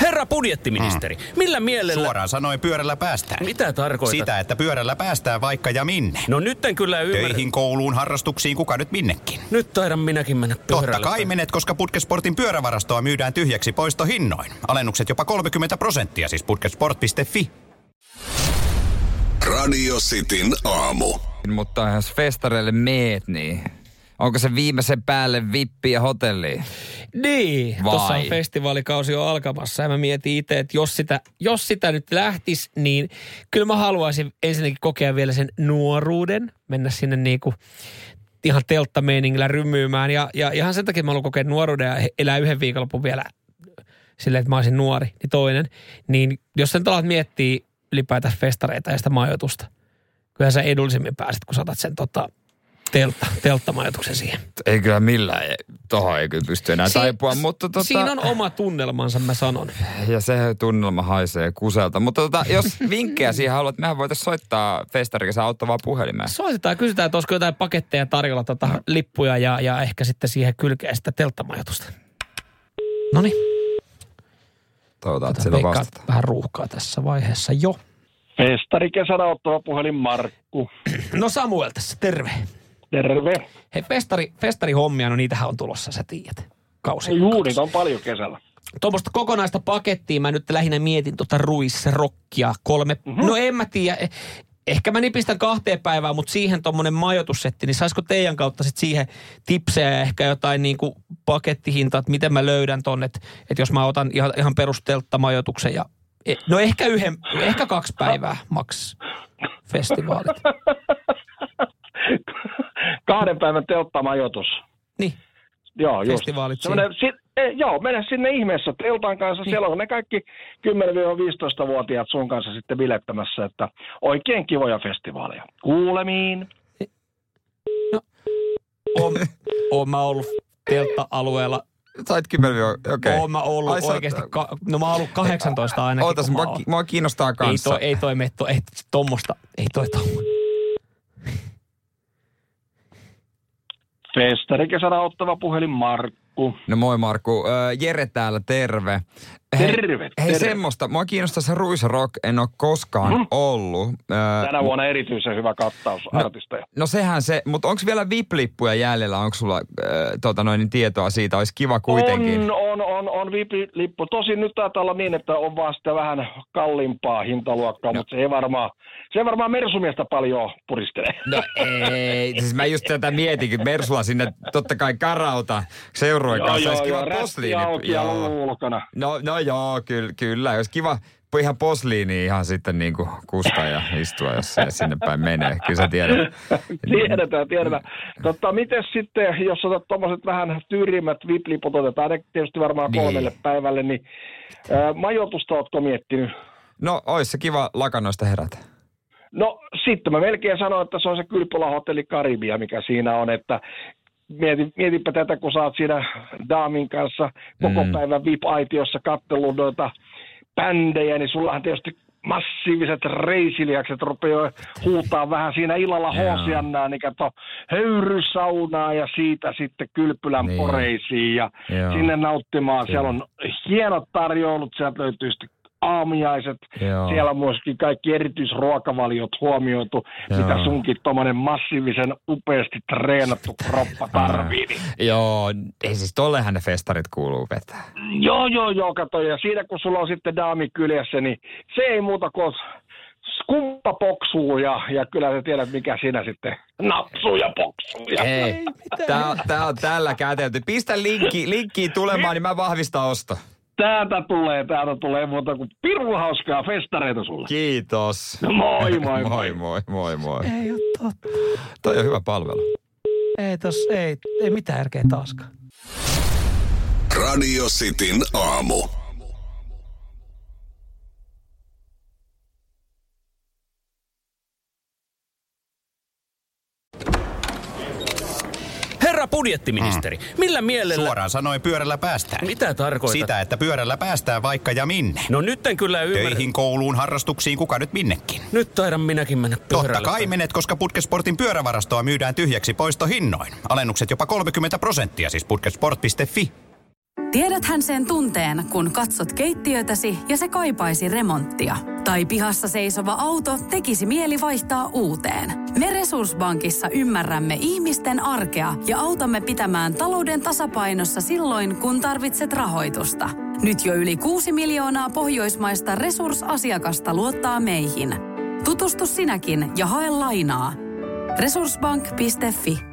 Herra budjettiministeri, mm. millä mielellä... Suoraan sanoen pyörällä päästään. Mitä tarkoitat? Sitä, että pyörällä päästään vaikka ja minne. No nyt en kyllä ymmärrä. Töihin, kouluun, harrastuksiin, kuka nyt minnekin. Nyt taidan minäkin mennä pyörällä. Totta kai menet, koska Putkesportin pyörävarastoa myydään tyhjäksi poistohinnoin. Alennukset jopa 30 prosenttia, siis putkesport.fi. Radio Cityn aamu. Mutta jos festareille meet, niin onko se viimeisen päälle vippi ja hotelli? Niin, Vai? tuossa on festivaalikausi jo alkamassa ja mä mietin itse, että jos sitä, jos sitä nyt lähtis, niin kyllä mä haluaisin ensinnäkin kokea vielä sen nuoruuden, mennä sinne niinku ihan telttameiningillä rymyymään ja, ja ihan sen takia mä haluan kokea nuoruuden ja he- elää yhden viikonlopun vielä silleen, että mä olisin nuori, niin toinen. Niin jos sen alat miettiä ylipäätään festareita ja sitä majoitusta, kyllähän sä edullisemmin pääset, kun saatat sen tota, teltta, telttamajoituksen siihen. Ei kyllä millään, ei- tohon ei kyllä pysty enää Siin- taipua, mutta tota... Siinä on oma tunnelmansa, mä sanon. Ja se tunnelma haisee kuselta. Mutta tota, jos vinkkejä siihen haluat, mehän voitaisiin soittaa festarikesä auttavaa puhelimeen. Soitetaan ja kysytään, että olisiko jotain paketteja tarjolla, tota, No. lippuja ja, ja ehkä sitten siihen kylkeen sitä telttamajoitusta. No niin, Toivotaan, että sillä vastata. vähän ruuhkaa tässä vaiheessa jo. Festari kesänä ottava puhelin Markku. No Samuel tässä, terve. Terve. Hei, festari, festarihommia, no niitähän on tulossa, sä tiedät. Kausi. Juuri on paljon kesällä. Tuommoista kokonaista pakettia mä nyt lähinnä mietin tuota ruisrokkia kolme. Mm-hmm. No en mä tiedä. Eh- Ehkä mä nipistän kahteen päivään, mutta siihen tuommoinen majoitussetti, niin saisiko teidän kautta sit siihen tipsejä ja ehkä jotain niin kuin pakettihintaa, että miten mä löydän ton, että, että jos mä otan ihan, ihan perusteltta majoituksen ja e- No ehkä, yhden, ehkä kaksi päivää maks festivaalit. Kahden päivän telttamajoitus. Niin, Joo, just. Festivaalit Semmoinen Si- eh, joo, mene sinne ihmeessä teltan kanssa. Niin. Siellä on ne kaikki 10-15-vuotiaat sun kanssa sitten bilettämässä. Että oikein kivoja festivaaleja. Kuulemiin. oon, oon mä ollut teltta-alueella Sait kymmenen vi- okei. Oon mä ollut Ai sä oot- oikeasti, ka- no mä oon ollut 18 ainakin. Ootas, kun mä mua, oon. ki- mua kiinnostaa ei kanssa. toi, ei toi mene, to, ei tommosta, ei toi tommosta. Festari kesänä ottava puhelin Markku. No moi Markku, Ö, Jere täällä, terve. Hei- Terve, Hei terve. Mm. semmoista, mua kiinnostaa se ruisrock, en ole koskaan ollut. Ö, Tänä vuonna erityisen hyvä kattaus artisteja. No sehän se, mutta onko vielä VIP-lippuja jäljellä? Onko sulla äh, tota noin, niin tietoa siitä? Olisi kiva kuitenkin. On, on, on, on VIP-lippu. Tosin nyt taitaa olla niin, että on vaan sitä vähän kalliimpaa hintaluokkaa, No. mutta se ei varmaan, se ei varmaan mersumiestä paljon puristele. No ei, siis mä just tätä mietinkin. Mersulla sinne totta kai karauta seurojen kanssa. Olisi kiva rästi posliini. auki ja ulkona. No, no joo, kyllä, kyllä. Olisi kiva ihan posliini ihan sitten niin kuin kusta ja istua, jos se sinne päin menee. Kyllä sä tiedät. Tiedetään, tiedetään. Totta, miten sitten, jos otat tuommoiset vähän tyyrimmät VIP-liput, otetaan ne tietysti varmaan Niin. kolmelle päivälle, niin ää, majoitusta ootko miettinyt? No, olisi se kiva lakanoista herätä. No sitten mä melkein sanoin, että se on se Kylpylähotelli Karibia, mikä siinä on, että mieti, mietipä tätä, kun sä oot siinä daamin kanssa koko Mm. päivän VIP-aitiossa kattellut noita bändejä, niin sullahan tietysti massiiviset reisiliakset rupeaa huutaa vähän siinä illalla Joo. hoosiannaa, niin kato höyrysaunaa ja siitä sitten kylpylän Niin. poreisiin ja Joo. sinne nauttimaan. Kyllä. Siellä on hienot tarjoulut, sieltä löytyy sitten aamiaiset, Joo. siellä on myöskin kaikki erityisruokavaliot huomioitu, Joo. mitä sunkin tuommoinen massiivisen upeasti treenattu kroppa tarvii. Niin. Joo, ei siis tollehan ne festarit kuuluu vetää. Joo, joo, joo, kato. Ja siinä kun sulla on sitten daami kyljessä, niin se ei muuta kuin skumppa poksuu ja, ja kyllä sä tiedät, mikä siinä sitten napsuu ja poksuu. Ja... Hei, tää, on- tää on tällä kätelty. Pistä linkki, linkkiin tulemaan, niin mä vahvistan osto. Täältä tulee, täältä tulee muuta kuin pirun hauskaa festareita sulle. Kiitos. No Moi, moi, Moi, moi. moi, moi, moi. Ei oo totta. Toi on hyvä palvelu. Ei tos, ei, ei mitään järkeä taaskaan. Radio Cityn aamu. Herra budjettiministeri, Mm. millä mielellä... Suoraan sanoen pyörällä päästään. Mitä tarkoitat? Sitä, että pyörällä päästään vaikka ja minne. No nyt en kyllä ymmärrä. Töihin, kouluun, harrastuksiin, kuka nyt minnekin. Nyt taidan minäkin mennä pyörällä. Totta kai menet, koska Putkesportin pyörävarastoa myydään tyhjäksi poistohinnoin. Alennukset jopa 30 prosenttia, siis putkesport.fi. Tiedäthän sen tunteen, kun katsot keittiötäsi ja se kaipaisi remonttia. Tai pihassa seisova auto tekisi mieli vaihtaa uuteen. Me Resurssbankissa ymmärrämme ihmisten arkea ja autamme pitämään talouden tasapainossa silloin, kun tarvitset rahoitusta. Nyt jo yli 6 miljoonaa pohjoismaista resursasiakasta luottaa meihin. Tutustu sinäkin ja hae lainaa. Resurssbank.fi